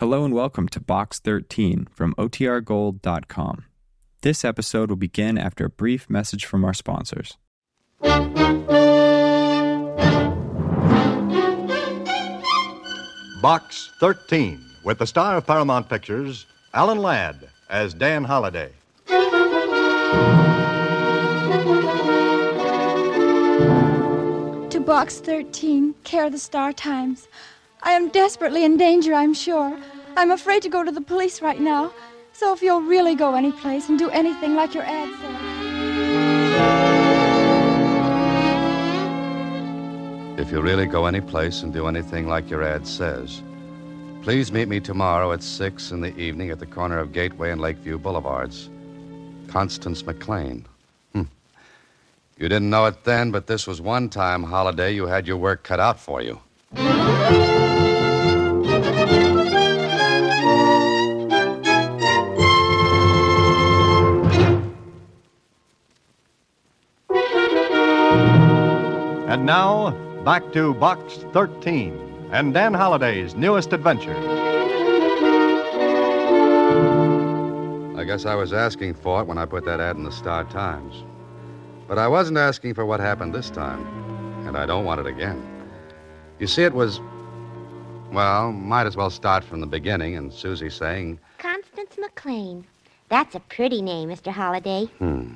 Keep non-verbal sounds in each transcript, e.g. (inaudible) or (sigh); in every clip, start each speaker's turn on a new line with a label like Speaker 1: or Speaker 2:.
Speaker 1: Hello and welcome to Box 13 from OTRGold.com. This episode will begin after a brief message from our sponsors.
Speaker 2: Box 13 with the star of Paramount Pictures, Alan Ladd, as Dan Holliday.
Speaker 3: To Box 13, care the Star Times. I am desperately in danger, I'm sure. I'm afraid to go to the police right now. So if you'll really go anyplace and do anything like your ad says.
Speaker 4: If you really go any place and do anything like your ad says, please meet me tomorrow at 6 in the evening at the corner of Gateway and Lakeview Boulevards. Constance McLean. Hmm. You didn't know it then, but this was one time holiday you had your work cut out for you.
Speaker 2: And now, back to Box 13 and Dan Holliday's newest adventure.
Speaker 4: I guess I was asking for it when I put that ad in the Star Times. But I wasn't asking for what happened this time, and I don't want it again. You see, it was. Well, might as well start from the beginning, and Susie saying,
Speaker 5: Constance McLean. That's a pretty name, Mr. Holliday.
Speaker 4: Well,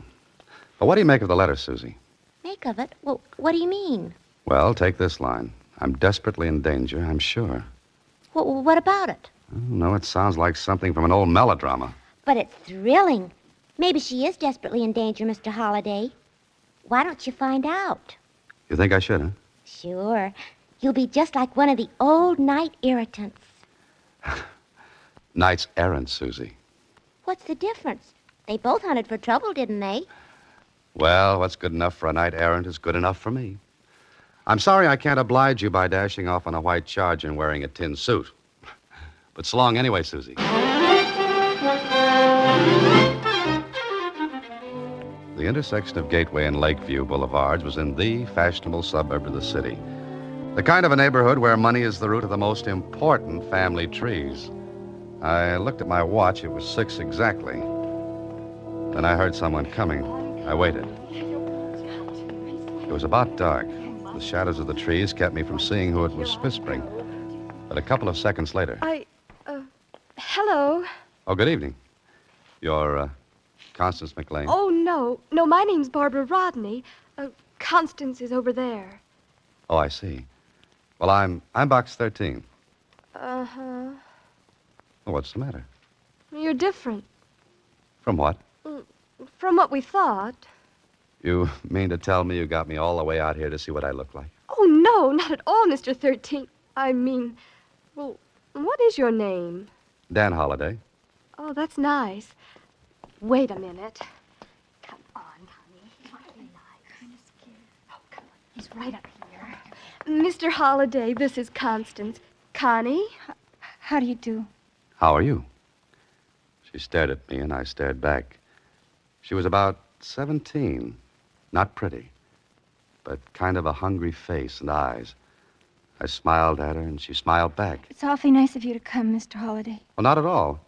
Speaker 4: What do you make of the letter, Susie?
Speaker 5: Make of it. Well, what do you mean?
Speaker 4: Well, take this line. I'm desperately in danger, I'm sure.
Speaker 5: What, what about it?
Speaker 4: No, it sounds like something from an old melodrama.
Speaker 5: But it's thrilling. Maybe she is desperately in danger, Mr. Holliday. Why don't you find out?
Speaker 4: You think I should, huh?
Speaker 5: Sure. You'll be just like one of the old night irritants.
Speaker 4: Knight's errant, Susie.
Speaker 5: What's the difference? They both hunted for trouble, didn't they?
Speaker 4: Well, what's good enough for a knight errant is good enough for me. I'm sorry I can't oblige you by dashing off on a white charge and wearing a tin suit. But so long anyway, Susie. The intersection of Gateway and Lakeview Boulevards was in the fashionable suburb of the city. The kind of a neighborhood where money is the root of the most important family trees. I looked at my watch. It was six exactly. Then I heard someone coming. I waited. It was about dark. The shadows of the trees kept me from seeing who it was whispering. But a couple of seconds later.
Speaker 3: I. Uh, hello?
Speaker 4: Oh, good evening. You're uh, Constance McLean.
Speaker 3: Oh, no. No, my name's Barbara Rodney. Uh, Constance is over there.
Speaker 4: Oh, I see. Well, I'm I'm box thirteen.
Speaker 3: Uh huh.
Speaker 4: Well, what's the matter?
Speaker 3: You're different
Speaker 4: From what?
Speaker 3: from what we thought.
Speaker 4: You (laughs) mean to tell me you got me all the way out here to see what I look like?
Speaker 3: Oh, no, not at all, Mr. 13. I mean, well, what is your name?
Speaker 4: Dan Holliday.
Speaker 3: Oh, that's nice. Wait a minute. Come on, honey. Really nice. Oh, come on. He's right up here. Mr. Holliday, this is Constance. Connie? How do you do?
Speaker 4: How are you? She stared at me, and I stared back. She was about 17, not pretty, but kind of a hungry face and eyes. I smiled at her, and she smiled back.
Speaker 3: It's awfully nice of you to come, Mr. Holliday.
Speaker 4: Well, not at all.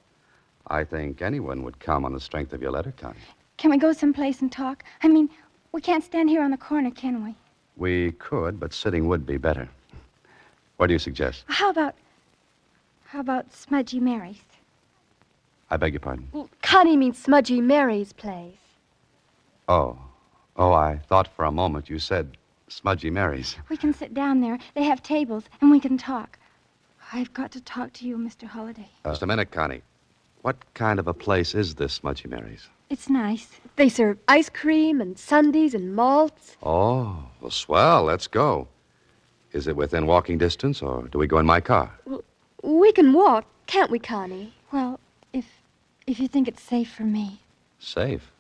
Speaker 4: I think anyone would come on the strength of your letter, Connie.
Speaker 3: Can we go someplace and talk? I mean, we can't stand here on the corner, can we?
Speaker 4: We could, but sitting would be better. What do you suggest?
Speaker 3: How about. How about Smudgy Mary's?
Speaker 4: I beg your pardon.
Speaker 3: Connie means Smudgy Mary's place.
Speaker 4: Oh. Oh, I thought for a moment you said Smudgy Mary's.
Speaker 3: We can sit down there. They have tables, and we can talk. I've got to talk to you, Mr. Holliday.
Speaker 4: Just a minute, Connie. What kind of a place is this Smudgy Mary's?
Speaker 3: It's nice.
Speaker 6: They serve ice cream and sundaes and malts.
Speaker 4: Oh, well, swell. Let's go. Is it within walking distance, or do we go in my car?
Speaker 6: We can walk, can't we, Connie?
Speaker 3: Well, if if you think it's safe for me,
Speaker 4: Safe.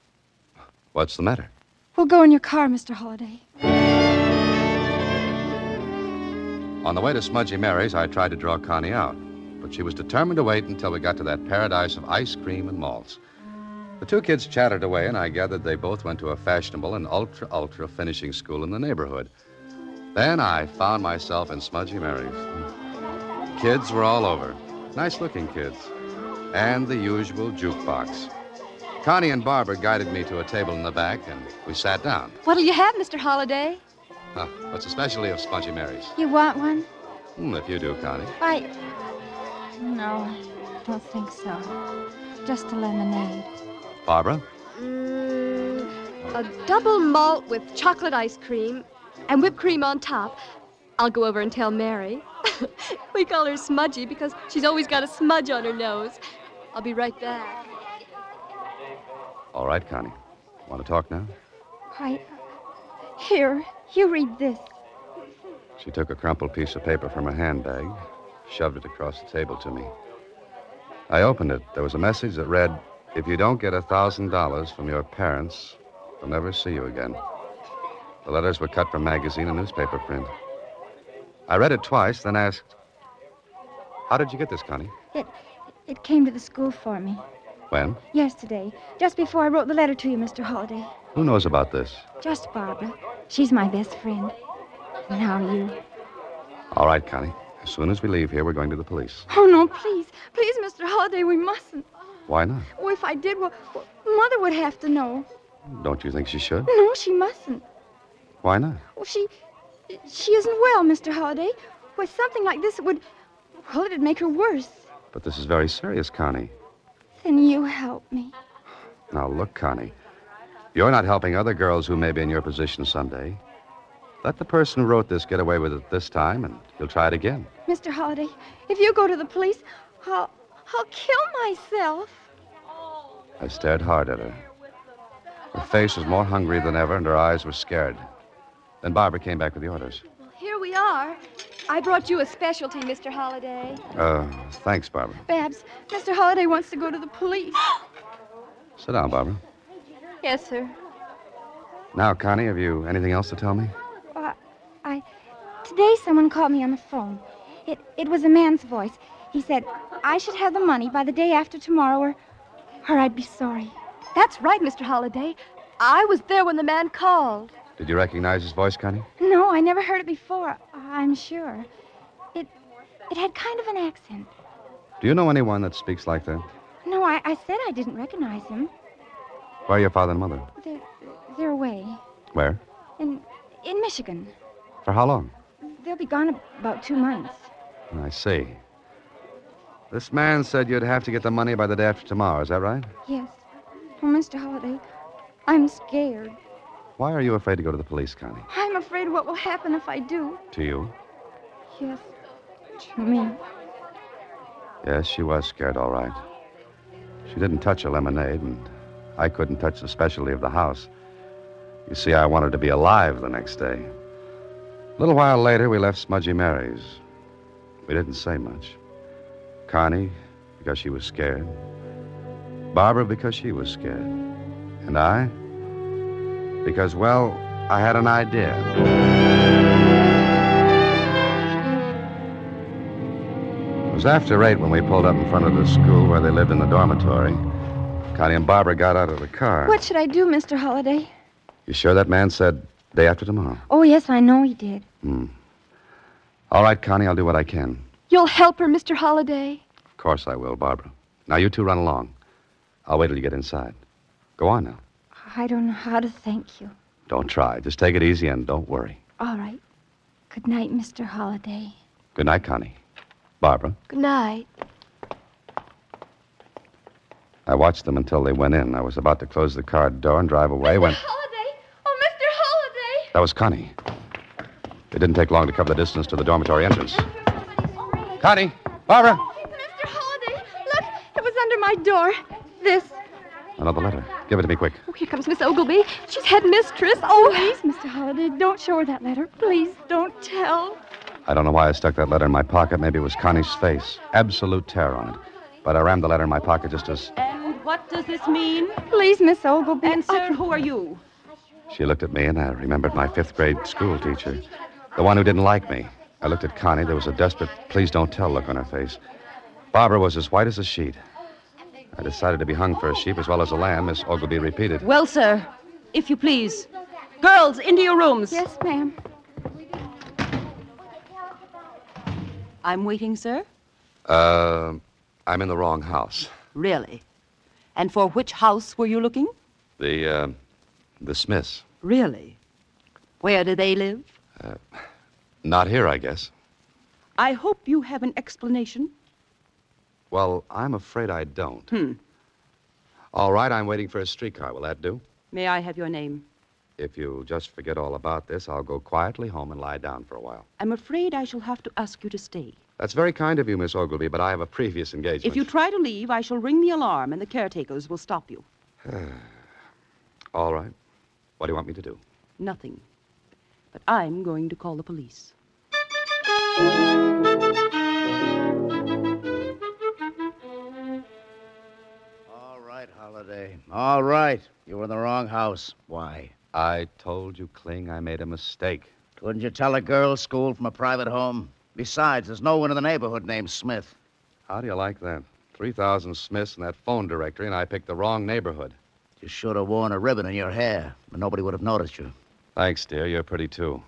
Speaker 4: What's the matter?
Speaker 3: we'll go in your car, Mr. Holliday.
Speaker 4: On the way to Smudgy Mary's, I tried to draw Connie out, but she was determined to wait until we got to that paradise of ice cream and malts. The two kids chattered away, and I gathered they both went to a fashionable and ultra, ultra finishing school in the neighborhood. Then I found myself in Smudgy Mary's. Kids were all over. Nice looking kids. And the usual jukebox. Connie and Barbara guided me to a table in the back, and we sat down.
Speaker 3: What'll you have, Mr. Holliday?
Speaker 4: Huh, what's especially of Spongy Mary's?
Speaker 7: You want one?
Speaker 4: Hmm, if you do, Connie.
Speaker 7: I. No, I don't think so. Just a lemonade.
Speaker 4: Barbara?
Speaker 3: Mm, a double malt with chocolate ice cream and whipped cream on top. I'll go over and tell Mary. (laughs) we call her Smudgy because she's always got a smudge on her nose. I'll be right back.
Speaker 4: All right, Connie. Want to talk now?
Speaker 7: I. Here, you read this.
Speaker 4: She took a crumpled piece of paper from her handbag, shoved it across the table to me. I opened it. There was a message that read If you don't get a $1,000 from your parents, they'll never see you again. The letters were cut from magazine and newspaper print. I read it twice, then asked, How did you get this, Connie?
Speaker 7: It, it came to the school for me
Speaker 4: When?
Speaker 7: yesterday, just before I wrote the letter to you, Mr. Holliday.
Speaker 4: Who knows about this?
Speaker 7: Just Barbara. She's my best friend. And how are you?
Speaker 4: All right, Connie. As soon as we leave here, we're going to the police.
Speaker 7: Oh, no, please. Please, Mr. Holliday, we mustn't.
Speaker 4: Why not?
Speaker 7: Oh, if I did, well, well, Mother would have to know.
Speaker 4: Don't you think she should?
Speaker 7: No, she mustn't.
Speaker 4: Why not?
Speaker 7: Well, she. She isn't well, Mr. Holliday. With something like this, it would. Well, it'd make her worse.
Speaker 4: But this is very serious, Connie.
Speaker 7: Then you help me.
Speaker 4: Now, look, Connie. You're not helping other girls who may be in your position someday. Let the person who wrote this get away with it this time, and he'll try it again.
Speaker 7: Mr. Holliday, if you go to the police, I'll. I'll kill myself.
Speaker 4: I stared hard at her. Her face was more hungry than ever, and her eyes were scared. Then Barbara came back with the orders.
Speaker 3: Here we are. I brought you a specialty, Mr. Holliday.
Speaker 4: Uh, thanks, Barbara.
Speaker 7: Babs, Mr. Holliday wants to go to the police.
Speaker 4: Sit down, Barbara.
Speaker 3: Yes, sir.
Speaker 4: Now, Connie, have you anything else to tell me?
Speaker 7: Uh, I. Today, someone called me on the phone. It, it was a man's voice. He said, I should have the money by the day after tomorrow, or, or I'd be sorry.
Speaker 3: That's right, Mr. Holliday. I was there when the man called.
Speaker 4: Did you recognize his voice, Connie?
Speaker 7: No, I never heard it before, I'm sure. It, it had kind of an accent.
Speaker 4: Do you know anyone that speaks like that?
Speaker 7: No, I, I said I didn't recognize him.
Speaker 4: Where are your father and mother?
Speaker 7: They're, they're away.
Speaker 4: Where?
Speaker 7: In, in Michigan.
Speaker 4: For how long?
Speaker 7: They'll be gone about two months.
Speaker 4: I see. This man said you'd have to get the money by the day after tomorrow, is that right?
Speaker 7: Yes. Oh, Mr. Holliday, I'm scared.
Speaker 4: Why are you afraid to go to the police, Connie?
Speaker 7: I'm afraid what will happen if I do.
Speaker 4: To you?
Speaker 7: Yes. To me.
Speaker 4: Yes, she was scared, all right. She didn't touch her lemonade, and I couldn't touch the specialty of the house. You see, I wanted to be alive the next day. A little while later, we left Smudgy Mary's. We didn't say much. Connie, because she was scared. Barbara, because she was scared. And I, because, well, I had an idea. It was after eight when we pulled up in front of the school where they lived in the dormitory. Connie and Barbara got out of the car.
Speaker 7: What should I do, Mr. Holliday?
Speaker 4: You sure that man said day after tomorrow?
Speaker 7: Oh, yes, I know he did.
Speaker 4: Hmm. All right, Connie, I'll do what I can.
Speaker 3: You'll help her, Mr. Holliday.
Speaker 4: Of course I will, Barbara. Now you two run along. I'll wait till you get inside. Go on now.
Speaker 7: I don't know how to thank you.
Speaker 4: Don't try. Just take it easy and don't worry.
Speaker 7: All right. Good night, Mr. Holliday.
Speaker 4: Good night, Connie. Barbara.
Speaker 3: Good night.
Speaker 4: I watched them until they went in. I was about to close the car door and drive away when
Speaker 3: Holliday! Oh, Mr. Holliday!
Speaker 4: that was Connie. It didn't take long to cover the distance to the dormitory entrance. Connie! Barbara!
Speaker 3: Mr. Holliday, look, it was under my door. This.
Speaker 4: Another letter. Give it to me quick.
Speaker 3: Oh, here comes Miss Ogilby. She's head mistress. Oh,
Speaker 7: Please, Mr. Holliday, don't show her that letter. Please don't tell.
Speaker 4: I don't know why I stuck that letter in my pocket. Maybe it was Connie's face. Absolute terror on it. But I rammed the letter in my pocket just as
Speaker 8: And what does this mean?
Speaker 7: Please, Miss Ogilby.
Speaker 8: And,
Speaker 7: I-
Speaker 8: sir, who are you?
Speaker 4: she looked at me, and I remembered my fifth grade school teacher, the one who didn't like me. I looked at Connie. There was a desperate, please don't tell look on her face. Barbara was as white as a sheet. I decided to be hung for a sheep as well as a lamb, Miss Ogilvy repeated.
Speaker 8: Well, sir, if you please. Girls, into your rooms.
Speaker 7: Yes, ma'am.
Speaker 8: I'm waiting, sir.
Speaker 4: Uh, I'm in the wrong house.
Speaker 8: Really? And for which house were you looking?
Speaker 4: The, uh, the Smiths.
Speaker 8: Really? Where do they live?
Speaker 4: Not here, I guess.
Speaker 8: I hope you have an explanation.
Speaker 4: Well, I'm afraid I don't. Hmm. All right, I'm waiting for a streetcar. Will that do?
Speaker 8: May I have your name?
Speaker 4: If you just forget all about this, I'll go quietly home and lie down for a while.
Speaker 8: I'm afraid I shall have to ask you to stay.
Speaker 4: That's very kind of you, Miss Ogilvy, but I have a previous engagement.
Speaker 8: If you try to leave, I shall ring the alarm and the caretakers will stop you.
Speaker 4: All right. What do you want me to do?
Speaker 8: Nothing. But I'm going to call the police.
Speaker 9: All right, Holiday. All right. You were in the wrong house. Why?
Speaker 4: I told you, Kling, I made a mistake.
Speaker 9: Couldn't you tell a girl's school from a private home? Besides, there's no one in the neighborhood named Smith.
Speaker 4: How do you like that? 3,000 Smiths in that phone directory, and I picked the wrong neighborhood.
Speaker 9: You should have worn a ribbon in your hair, and nobody would have noticed you.
Speaker 4: Thanks, dear. You're pretty, too.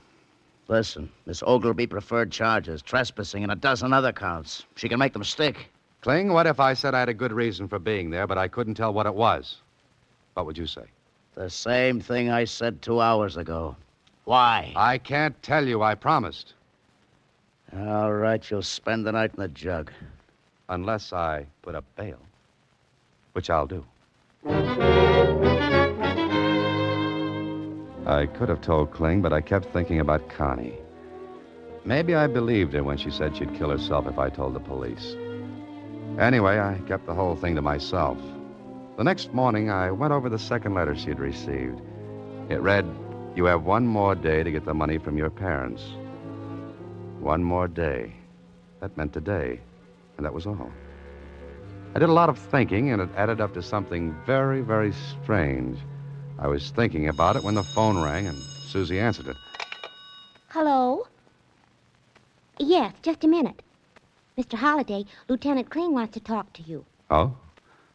Speaker 9: Listen, Miss Ogilvy preferred charges, trespassing, and a dozen other counts. She can make them stick.
Speaker 4: Kling, what if I said I had a good reason for being there, but I couldn't tell what it was? What would you say?
Speaker 9: The same thing I said two hours ago. Why?
Speaker 4: I can't tell you, I promised.
Speaker 9: All right, you'll spend the night in the jug.
Speaker 4: Unless I put up bail, which I'll do. I could have told Kling, but I kept thinking about Connie. Maybe I believed her when she said she'd kill herself if I told the police. Anyway, I kept the whole thing to myself. The next morning, I went over the second letter she'd received. It read, You have one more day to get the money from your parents. One more day. That meant today, and that was all. I did a lot of thinking, and it added up to something very, very strange. I was thinking about it when the phone rang, and Susie answered it.
Speaker 5: Hello? Yes, just a minute. Mr. Holliday, Lieutenant Kling wants to talk to you.
Speaker 4: Oh?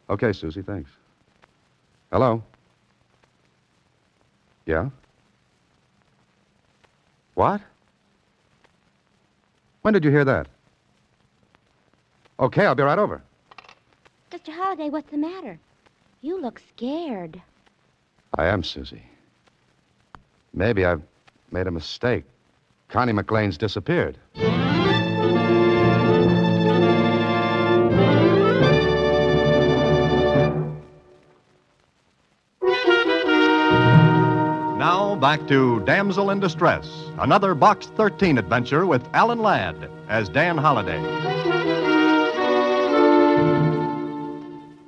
Speaker 4: Okay, Susie, thanks. Hello? Yeah? What? When did you hear that? Okay, I'll be right over.
Speaker 5: Mr. Holliday, what's the matter? You look scared.
Speaker 4: I am, Susie. Maybe I've made a mistake. Connie McLean's disappeared.
Speaker 2: Now back to Damsel in Distress, another Box 13 adventure with Alan Ladd as Dan Holliday.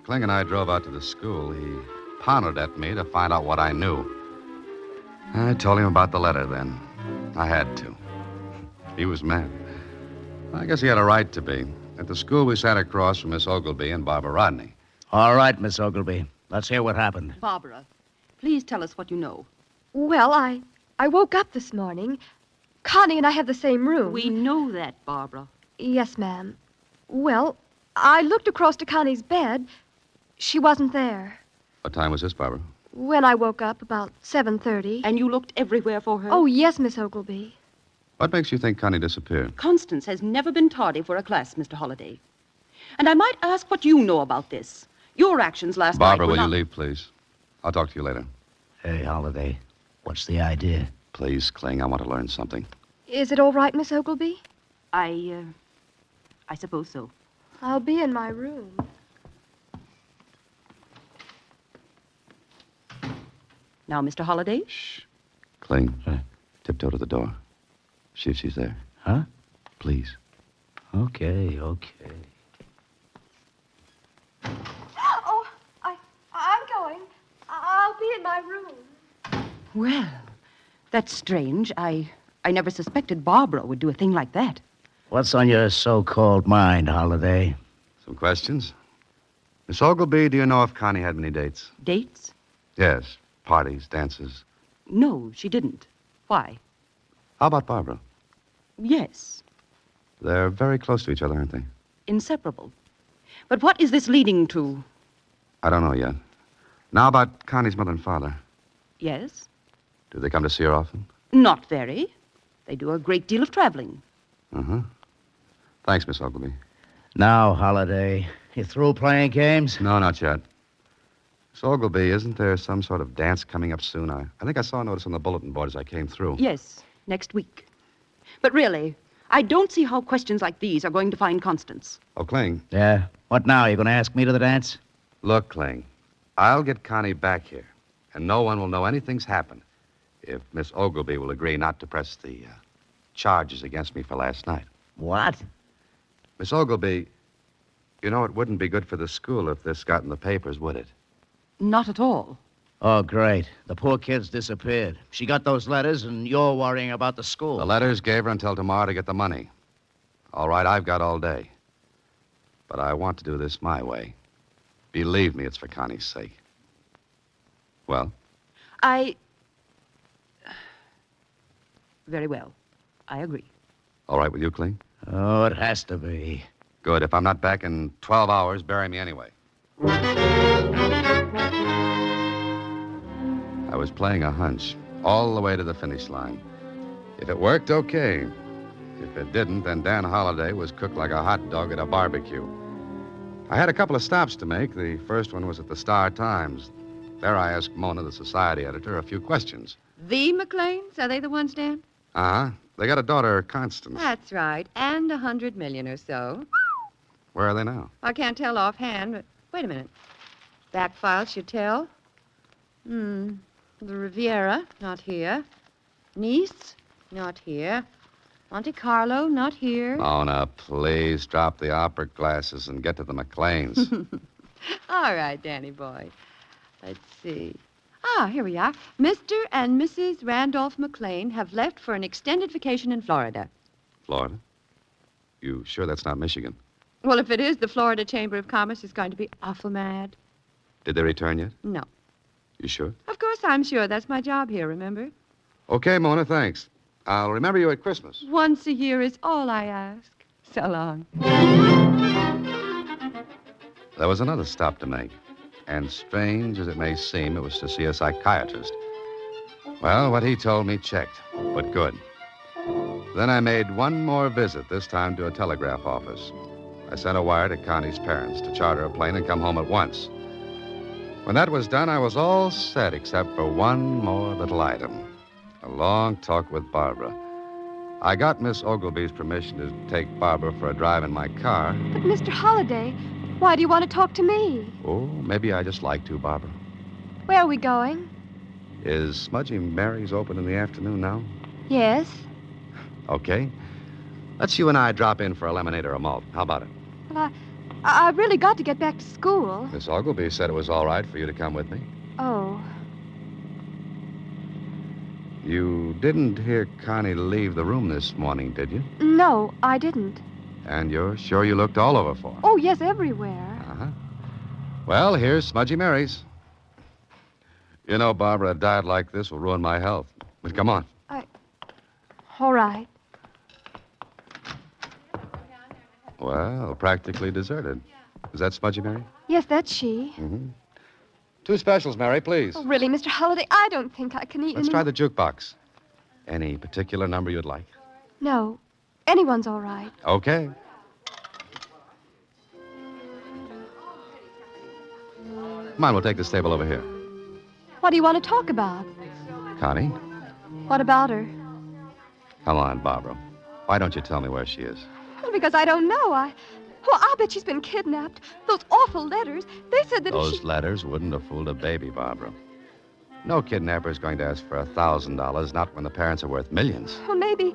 Speaker 4: Kling and I drove out to the school. He pounded at me to find out what I knew. I told him about the letter then. I had to. He was mad. I guess he had a right to be. At the school, we sat across from Miss Ogilvy and Barbara Rodney.
Speaker 9: All right, Miss Ogilvy. Let's hear what happened.
Speaker 8: Barbara, please tell us what you know.
Speaker 6: Well, I I woke up this morning. Connie and I have the same room.
Speaker 8: We know that, Barbara.
Speaker 6: Yes, ma'am. Well, I looked across to Connie's bed. She wasn't there.
Speaker 4: What time was this, Barbara?
Speaker 6: When I woke up about 7:30.
Speaker 8: And you looked everywhere for her?
Speaker 6: Oh, yes, Miss Ogilvy.
Speaker 4: What makes you think Connie disappeared?
Speaker 8: Constance has never been tardy for a class, Mr. Holliday. And I might ask what you know about this. Your actions last
Speaker 4: Barbara, will
Speaker 8: night. were
Speaker 4: you
Speaker 8: not-
Speaker 4: leave, please? I'll talk to you later.
Speaker 9: Hey, Holiday, what's the idea?
Speaker 4: Please, Kling, I want to learn something.
Speaker 6: Is it all right, Miss Ogilvy?
Speaker 8: I, uh, I suppose so.
Speaker 6: I'll be in my room.
Speaker 8: Now, Mr. Holliday,
Speaker 4: Kling, tiptoe to the door. See if she's there.
Speaker 9: Huh?
Speaker 4: Please.
Speaker 9: Okay, okay.
Speaker 6: Oh, I I'm going. I'll be in my room.
Speaker 8: Well, that's strange. I I never suspected Barbara would do a thing like that.
Speaker 9: What's on your so called mind, Holiday?
Speaker 4: Some questions? Miss Ogilby, do you know if Connie had many dates?
Speaker 8: Dates?
Speaker 4: Yes. Parties, dances.
Speaker 8: No, she didn't. Why?
Speaker 4: How about Barbara?
Speaker 8: Yes,
Speaker 4: They're very close to each other, aren't they?
Speaker 8: inseparable. But what is this leading to?
Speaker 4: I don't know yet. Now about Connie's mother and father.
Speaker 8: Yes,
Speaker 4: Do they come to see her often?
Speaker 8: not very. They do a great deal of traveling.
Speaker 4: Uh huh. Thanks, Uh-huh. Miss Ogilby.
Speaker 9: Now, Holiday, you through playing games?
Speaker 4: No, not yet. Miss Ogleby, isn't there some sort of dance coming up soon? I, I think I saw a notice on the bulletin board as I came through.
Speaker 8: Yes, next week. But really, I don't see how questions like these are going to find Constance.
Speaker 4: Oh, Kling.
Speaker 9: Yeah. What now? You going to ask me to the dance?
Speaker 4: Look, Kling, I'll get Connie back here, and no one will know anything's happened if Miss Ogleby will agree not to press the uh, charges against me for last night.
Speaker 9: What?
Speaker 4: Miss Ogleby, you know it wouldn't be good for the school if this got in the papers, would it?
Speaker 8: Not at all.
Speaker 9: Oh, great. The poor kid's disappeared. She got those letters, and you're worrying about the school.
Speaker 4: The letters gave her until tomorrow to get the money. All right, I've got all day. But I want to do this my way. Believe me, it's for Connie's sake. Well,
Speaker 8: I. (sighs) Very well. I agree.
Speaker 4: all right with you, Kling?
Speaker 9: Oh, it has to be.
Speaker 4: Good. If I'm not back in 12 hours, bury me anyway. I was playing a hunch all the way to the finish line. If it worked, okay. If it didn't, then Dan Holliday was cooked like a hot dog at a barbecue. I had a couple of stops to make. The first one was at the Star Times. There I asked Mona, the society editor, a few questions.
Speaker 10: The McLeans? Are they the ones, Dan?
Speaker 4: Uh huh. They got a daughter, Constance.
Speaker 10: That's right. And a hundred million or so.
Speaker 4: Where are they now?
Speaker 10: I can't tell offhand, but wait a minute. Back file should tell. Hmm. The Riviera, not here. Nice, not here. Monte Carlo, not here.
Speaker 4: Mona, please drop the opera glasses and get to the McLeans.
Speaker 10: All right, Danny boy. Let's see. Ah, here we are. Mr. and Mrs. Randolph McLean have left for an extended vacation in Florida.
Speaker 4: Florida? You sure that's not Michigan?
Speaker 10: Well, if it is, the Florida Chamber of Commerce is going to be awful mad.
Speaker 4: Did they return yet?
Speaker 10: No.
Speaker 4: You sure?
Speaker 10: Of course, I'm sure. That's my job here, remember?
Speaker 4: Okay, Mona, thanks. I'll remember you at Christmas.
Speaker 10: Once a year is all I ask. So long.
Speaker 4: There was another stop to make. And strange as it may seem, it was to see a psychiatrist. Well, what he told me checked, but good. Then I made one more visit, this time to a telegraph office. I sent a wire to Connie's parents to charter a plane and come home at once. When that was done, I was all set except for one more little item a long talk with Barbara. I got Miss Ogilvy's permission to take Barbara for a drive in my car.
Speaker 6: But, Mr. Holliday, why do you want to talk to me?
Speaker 4: Oh, maybe I just like to, Barbara.
Speaker 6: Where are we going?
Speaker 4: Is Smudgy Mary's open in the afternoon now?
Speaker 6: Yes.
Speaker 4: Okay. Let's you and I drop in for a lemonade or a malt. How about it?
Speaker 6: Well, I, I really got to get back to school.
Speaker 4: Miss Ogleby said it was all right for you to come with me.
Speaker 6: Oh,
Speaker 4: You didn't hear Connie leave the room this morning, did you?
Speaker 6: no, I didn't.
Speaker 4: And you're sure you looked all over for her?
Speaker 6: Oh, yes, everywhere.
Speaker 4: Uh huh. Well, here's Smudgy Mary's. You know, Barbara, a diet like this will ruin my health. But come on.
Speaker 6: All right.
Speaker 4: Well, practically deserted. Is that Smudgy Mary?
Speaker 6: Yes, that's she.
Speaker 4: Mm-hmm. Two specials, Mary, please.
Speaker 6: Oh, really, Mr. Holliday, I don't think I can eat
Speaker 4: Let's
Speaker 6: any-
Speaker 4: try the jukebox. Any particular number you'd like?
Speaker 6: No, anyone's all right.
Speaker 4: Okay. Come on, we'll take this table over here.
Speaker 6: What do you want to talk about?
Speaker 4: Connie,
Speaker 6: What about her?
Speaker 4: come on, Barbara. Why don't you tell me where she is?
Speaker 6: Well, because I don't know. I. Well, I'll bet she's been kidnapped. Those awful letters. They said that if
Speaker 4: Those
Speaker 6: she.
Speaker 4: letters wouldn't have fooled a baby, Barbara. No kidnapper is going to ask for a thousand dollars, not when the parents are worth millions. Hmm,
Speaker 6: Well, maybe.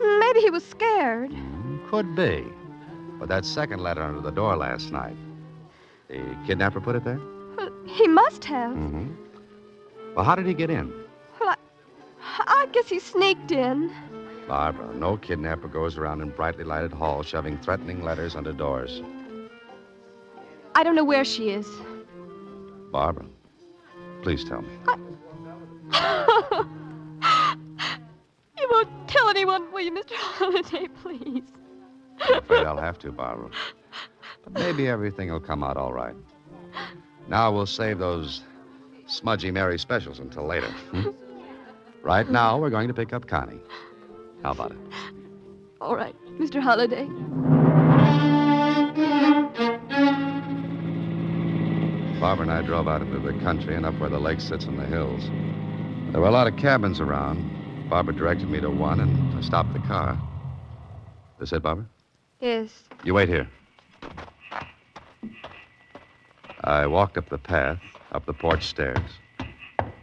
Speaker 6: Maybe he was scared.
Speaker 4: Could be. But that second letter under the door last night, the kidnapper put it there?
Speaker 6: Well, he must have.
Speaker 4: Mm-hmm. Well, how did he get in?
Speaker 6: Well, I. I guess he sneaked in.
Speaker 4: Barbara, no kidnapper goes around in brightly lighted halls shoving threatening letters under doors.
Speaker 6: I don't know where she is.
Speaker 4: Barbara, please tell me.
Speaker 6: You won't tell anyone, will you, Mr. (laughs) Holliday, please?
Speaker 4: I'm afraid I'll have to, Barbara. But maybe everything will come out all right. Now we'll save those smudgy Mary specials until later. hmm? Right now, we're going to pick up Connie. How about it?
Speaker 6: All right, Mr. Holliday.
Speaker 4: Bob and I drove out into the country and up where the lake sits in the hills. There were a lot of cabins around. Barbara directed me to one, and I stopped the car. This it, Barbara?
Speaker 6: Yes.
Speaker 4: You wait here. I walked up the path, up the porch stairs.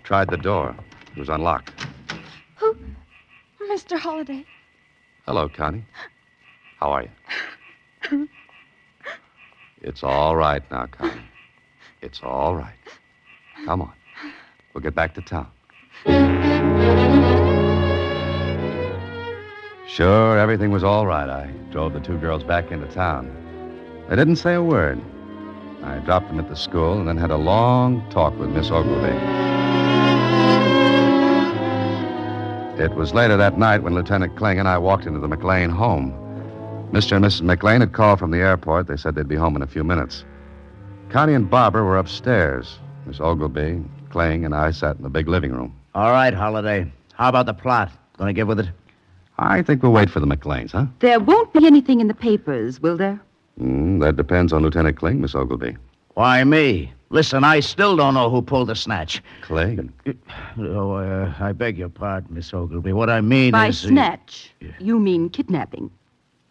Speaker 4: Tried the door. It was unlocked.
Speaker 7: Mr. Holliday.
Speaker 4: Hello, Connie. How are you? it's all right now, Connie. It's all right. Come on. We'll get back to town. Sure, everything was all right. I drove the two girls back into town. They didn't say a word. I dropped them at the school and then had a long talk with Miss Ogilvy. It was later that night when Lieutenant Kling and I walked into the McLean home. Mr. and Mrs. McLean had called from the airport. They said they'd be home in a few minutes. Connie and Barbara were upstairs. Miss Ogilvy, Kling, and I sat in the big living room.
Speaker 9: All right, Holiday. How about the plot? Going to get with it?
Speaker 4: I think we'll wait for the McLeans, huh?
Speaker 8: There won't be anything in the papers, will there?
Speaker 4: Mm, that depends on Lieutenant Kling, Miss Ogilvy.
Speaker 9: Why me? Listen, I still don't know who pulled the snatch.
Speaker 4: Kling?
Speaker 9: Oh, uh, I beg your pardon, Miss Ogilvy. What I mean
Speaker 8: By
Speaker 9: is. uh,
Speaker 8: snatch, you mean kidnapping.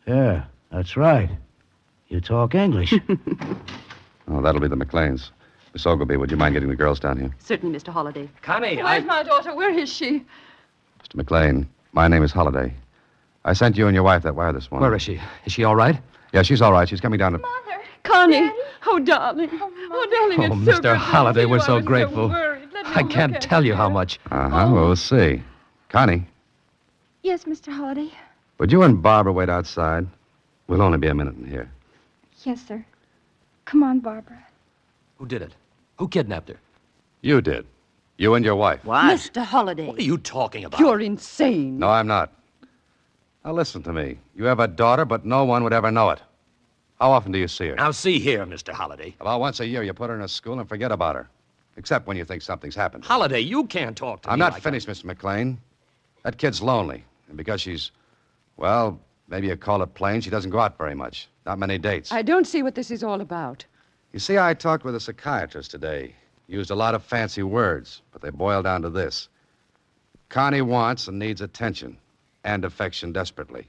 Speaker 9: Yeah, that's right. You talk English.
Speaker 4: Oh, that'll be the McLeans. Miss Ogilvy, would you mind getting the girls down here?
Speaker 8: Certainly, Mr. Holliday.
Speaker 11: Connie,
Speaker 6: Where's my daughter? Where is she?
Speaker 4: Mr. McLean, my name is Holliday. I sent you and your wife that wire this morning.
Speaker 11: (laughs) Where is she? Is she all right?
Speaker 4: Yeah, she's all right. She's coming down to.
Speaker 6: Connie. Oh, darling. Oh, darling,
Speaker 11: Oh,
Speaker 6: it's so
Speaker 11: Mr. Holliday, we're so grateful. I can't tell you how much.
Speaker 4: Uh huh. We'll see. Connie,
Speaker 7: Yes, Mr. Holliday.
Speaker 4: would you and Barbara wait outside? We'll only be a minute in here.
Speaker 7: Yes, sir. Come on, Barbara.
Speaker 11: Who did it? Who kidnapped her?
Speaker 4: You did. You and your wife.
Speaker 8: Mr. Holliday,
Speaker 11: What are you talking about?
Speaker 8: you're insane.
Speaker 4: No, I'm not. Now listen to me. You have a daughter, but no one would ever know it. How often do you see her?
Speaker 11: Now, see here, Mr. Holliday.
Speaker 4: About once a year, you put her in a school and forget about her. Except when you think something's happened.
Speaker 11: Holliday, you can't talk to
Speaker 4: I'm
Speaker 11: me.
Speaker 4: not
Speaker 11: like that.
Speaker 4: finished, Mr. McLean. That kid's lonely. And because she's, well, maybe you call it plain, she doesn't go out very much. Not many dates.
Speaker 12: I don't see what this is all about.
Speaker 4: You see, I talked with a psychiatrist today. Used a lot of fancy words, but they boil down to this Connie wants and needs attention and affection desperately.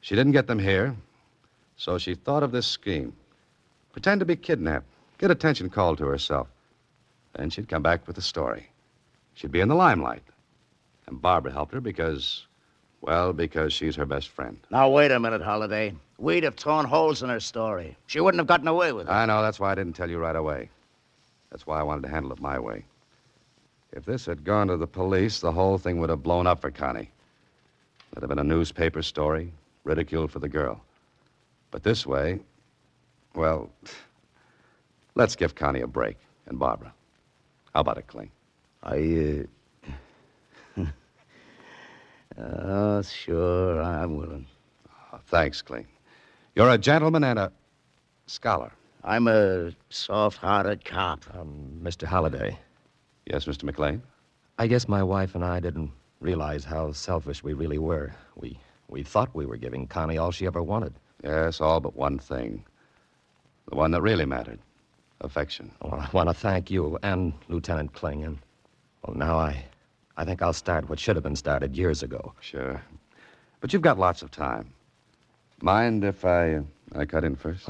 Speaker 4: She didn't get them here, so she thought of this scheme pretend to be kidnapped, get attention called to herself. Then she'd come back with a story. She'd be in the limelight. And Barbara helped her because, well, because she's her best friend.
Speaker 9: now, wait a minute, Holiday. We'd have torn holes in her story. She wouldn't have gotten away with it.
Speaker 4: I know. That's why I didn't tell you right away. That's why I wanted to handle it my way. If this had gone to the police, the whole thing would have blown up for Connie. That'd have been a newspaper story, ridicule for the girl. But this way, well, (sighs) let's give Connie a break and Barbara. How about it, Kling?
Speaker 9: I, uh... (laughs) oh, sure, I'm willing.
Speaker 4: Oh, thanks, Kling. You're a gentleman and a scholar.
Speaker 9: I'm a soft-hearted cop.
Speaker 11: Um,
Speaker 13: Mr. Halliday.
Speaker 4: Yes, Mr. McLean?
Speaker 13: I guess my wife and I didn't realize how selfish we really were. We we thought we were giving Connie all she ever wanted.
Speaker 4: Yes, all but one thing. The one that really mattered affection.
Speaker 13: Well, I want to thank you and Lieutenant Kling, and well, now I I think I'll start what should have been started years ago.
Speaker 4: Sure. But you've got lots of time. Mind if I uh, I cut in first?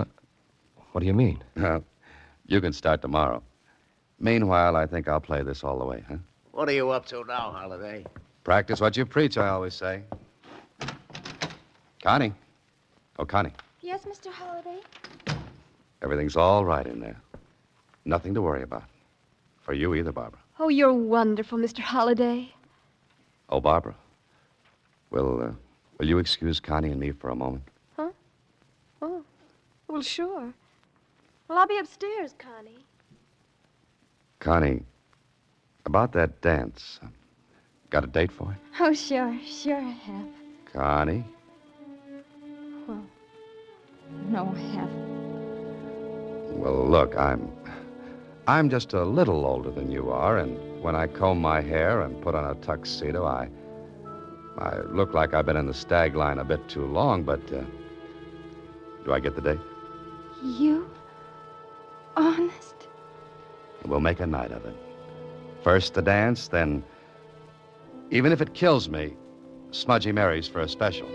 Speaker 4: What,
Speaker 13: do you mean?
Speaker 4: Well, you can start tomorrow. Meanwhile, I think I'll play this all the way, huh?
Speaker 9: What are you up to now, Holiday?
Speaker 4: Practice what you preach, I always say. Connie. Oh, Connie,
Speaker 7: Yes, Mr. Holliday.
Speaker 4: everything's all right in there. Nothing to worry about. For you either, Barbara.
Speaker 3: Oh, you're wonderful, Mr. Holliday.
Speaker 4: Oh, Barbara. Will, uh, will you excuse Connie and me for a moment?
Speaker 3: Oh, well, sure. Well, I'll be upstairs, Connie.
Speaker 4: Connie, about that dance. Got a date for it?
Speaker 7: Oh, sure, sure I have.
Speaker 4: Connie?
Speaker 7: Well, no, I have.
Speaker 4: Well, look, I'm. I'm just a little older than you are, and when I comb my hair and put on a tuxedo, I. I look like I've been in the stag line a bit too long, but. Uh, do I get the date?
Speaker 7: You? Honest?
Speaker 4: We'll make a night of it. First the dance, then. Even if it kills me, Smudgy Mary's for a special.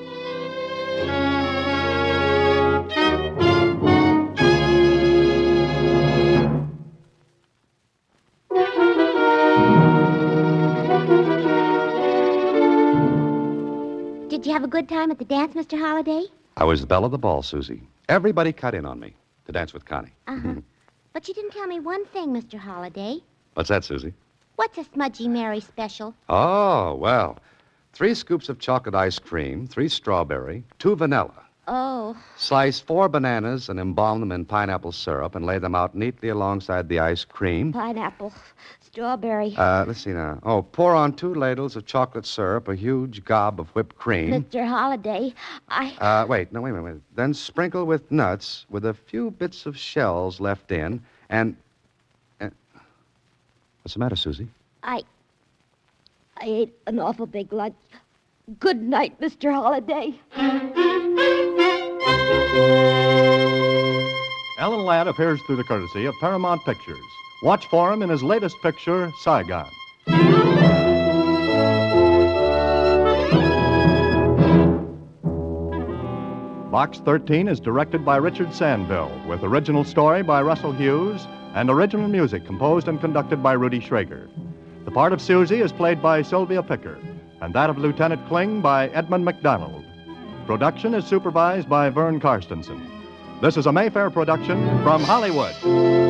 Speaker 5: Did you have a good time at the dance, Mr. Holliday?
Speaker 4: I was the belle of the ball, Susie. Everybody cut in on me to dance with Connie.
Speaker 5: Uh huh. but you didn't tell me one thing, Mr. Holliday.
Speaker 4: What's that, Susie?
Speaker 5: What's a Smudgy Mary special?
Speaker 4: Oh, well, three scoops of chocolate ice cream, three strawberry, two vanilla.
Speaker 5: Oh,
Speaker 4: Slice four bananas and embalm them in pineapple syrup and lay them out neatly alongside the ice cream.
Speaker 5: pineapple, strawberry.
Speaker 4: Uh, let's see now. Oh, pour on two ladles of chocolate syrup, a huge gob of whipped cream.
Speaker 5: Mr. Holliday, I.
Speaker 4: Uh, wait, no, wait a minute. wait. Then sprinkle with nuts with a few bits of shells left in and. and... What's the matter, Susie?
Speaker 5: I. I ate an awful big lunch. Good night, Mr. Holliday.
Speaker 2: Alan Ladd appears through the courtesy of Paramount Pictures. Watch for him in his latest picture, Saigon. Box 13 is directed by Richard Sandville, with original story by Russell Hughes and original music composed and conducted by Rudy Schrager. The part of Susie is played by Sylvia Picker, and that of Lieutenant Kling by Edmund McDonald. Production is supervised by Vern Karstensen. This is a Mayfair production from Hollywood.